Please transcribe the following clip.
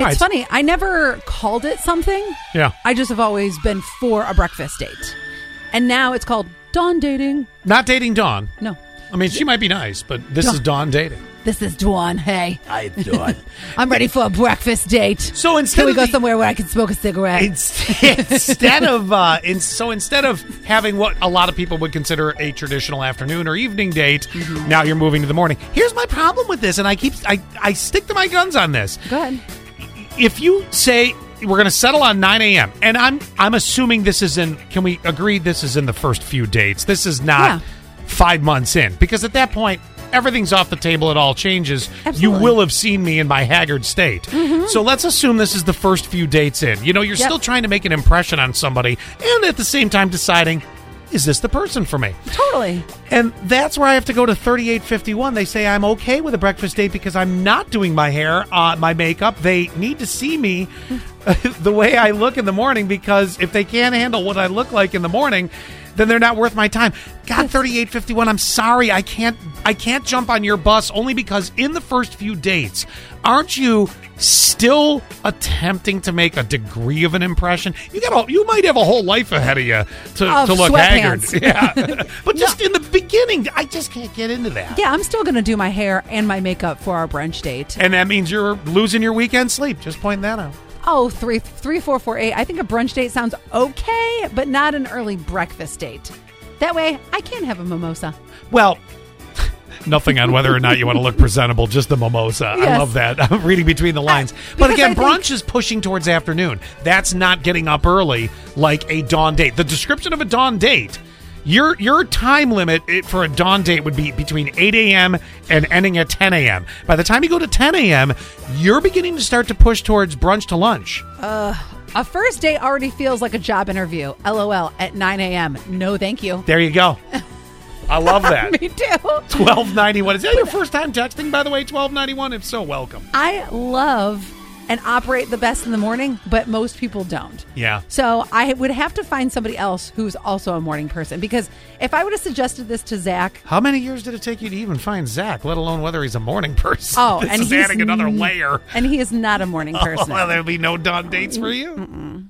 All right, It's funny. I never called it something. Yeah. I just have always been for a breakfast date. And now it's called dawn dating. Not dating Dawn. No, I mean, she might be nice, but this is Dawn dating. this is Dawn. Hey, I thought. I'm ready for a breakfast date. So instead Can we of go the- somewhere where I can smoke a cigarette? Instead, instead of uh, in, so instead of having what a lot of people would consider a traditional afternoon or evening date, now you're moving to the morning. Here's my problem with this, and I keep I, I stick to my guns on this. go ahead. If you say we're going to settle on 9 a.m., and I'm I'm assuming this is in. Can we agree this is in the first few dates? This is not five months in because at that point. Everything's off the table. It all changes. You Absolutely. Mm-hmm. will have seen me in my haggard state. So let's assume this is the first few dates in. You know, you're Yep. still trying to make an impression on somebody and at the same time deciding, is this the person for me? Totally. And that's where I have to go to 3851. They say I'm okay with a breakfast date because I'm not doing my hair, uh, my makeup. They need to see me the way I look in the morning because if they can't handle what I look like in the morning, then they're not worth my time. God, 3851, I'm sorry. I can't I can't jump on your bus only because in the first few dates, aren't you still attempting to make a degree of an impression? You got a, you might have a whole life ahead of you to, Of to look haggard. sweatpants. Yeah. but just in the beginning, I just can't get into that. Yeah, I'm still going to do my hair and my makeup for our brunch date. And that means you're losing your weekend sleep. Just pointing that out. Oh, three, three, four, four, eight. I think a brunch date sounds okay, but not an early breakfast date. That way, I can have a mimosa. Well, nothing on whether or not you want to look presentable, just the mimosa. I Yes. love that. I'm reading between the lines. but because again, I think- brunch is pushing towards afternoon. That's not getting up early like a dawn date. The description of a dawn date. Your, your time limit it- for a dawn date would be between 8 a.m. and ending at 10 a.m. By the time you go to 10 a.m., you're beginning to start to push towards brunch to lunch. A first date already feels like a job interview. LOL at 9 a.m. No, thank you. There you go. I love that. Me too. Twelve ninety one. Is that your first time texting? By the way, twelve ninety one. If so, welcome. I love and operate the best in the morning, but most people don't. Yeah. So I would have to find somebody else who's also a morning person because if I would have suggested this to Zach, How many years did it take you to even find Zach? Let alone whether he's a morning person. oh, this and is he's adding another n- layer. Oh, and he is not a morning person. Well, there'll be no dawn dates for you.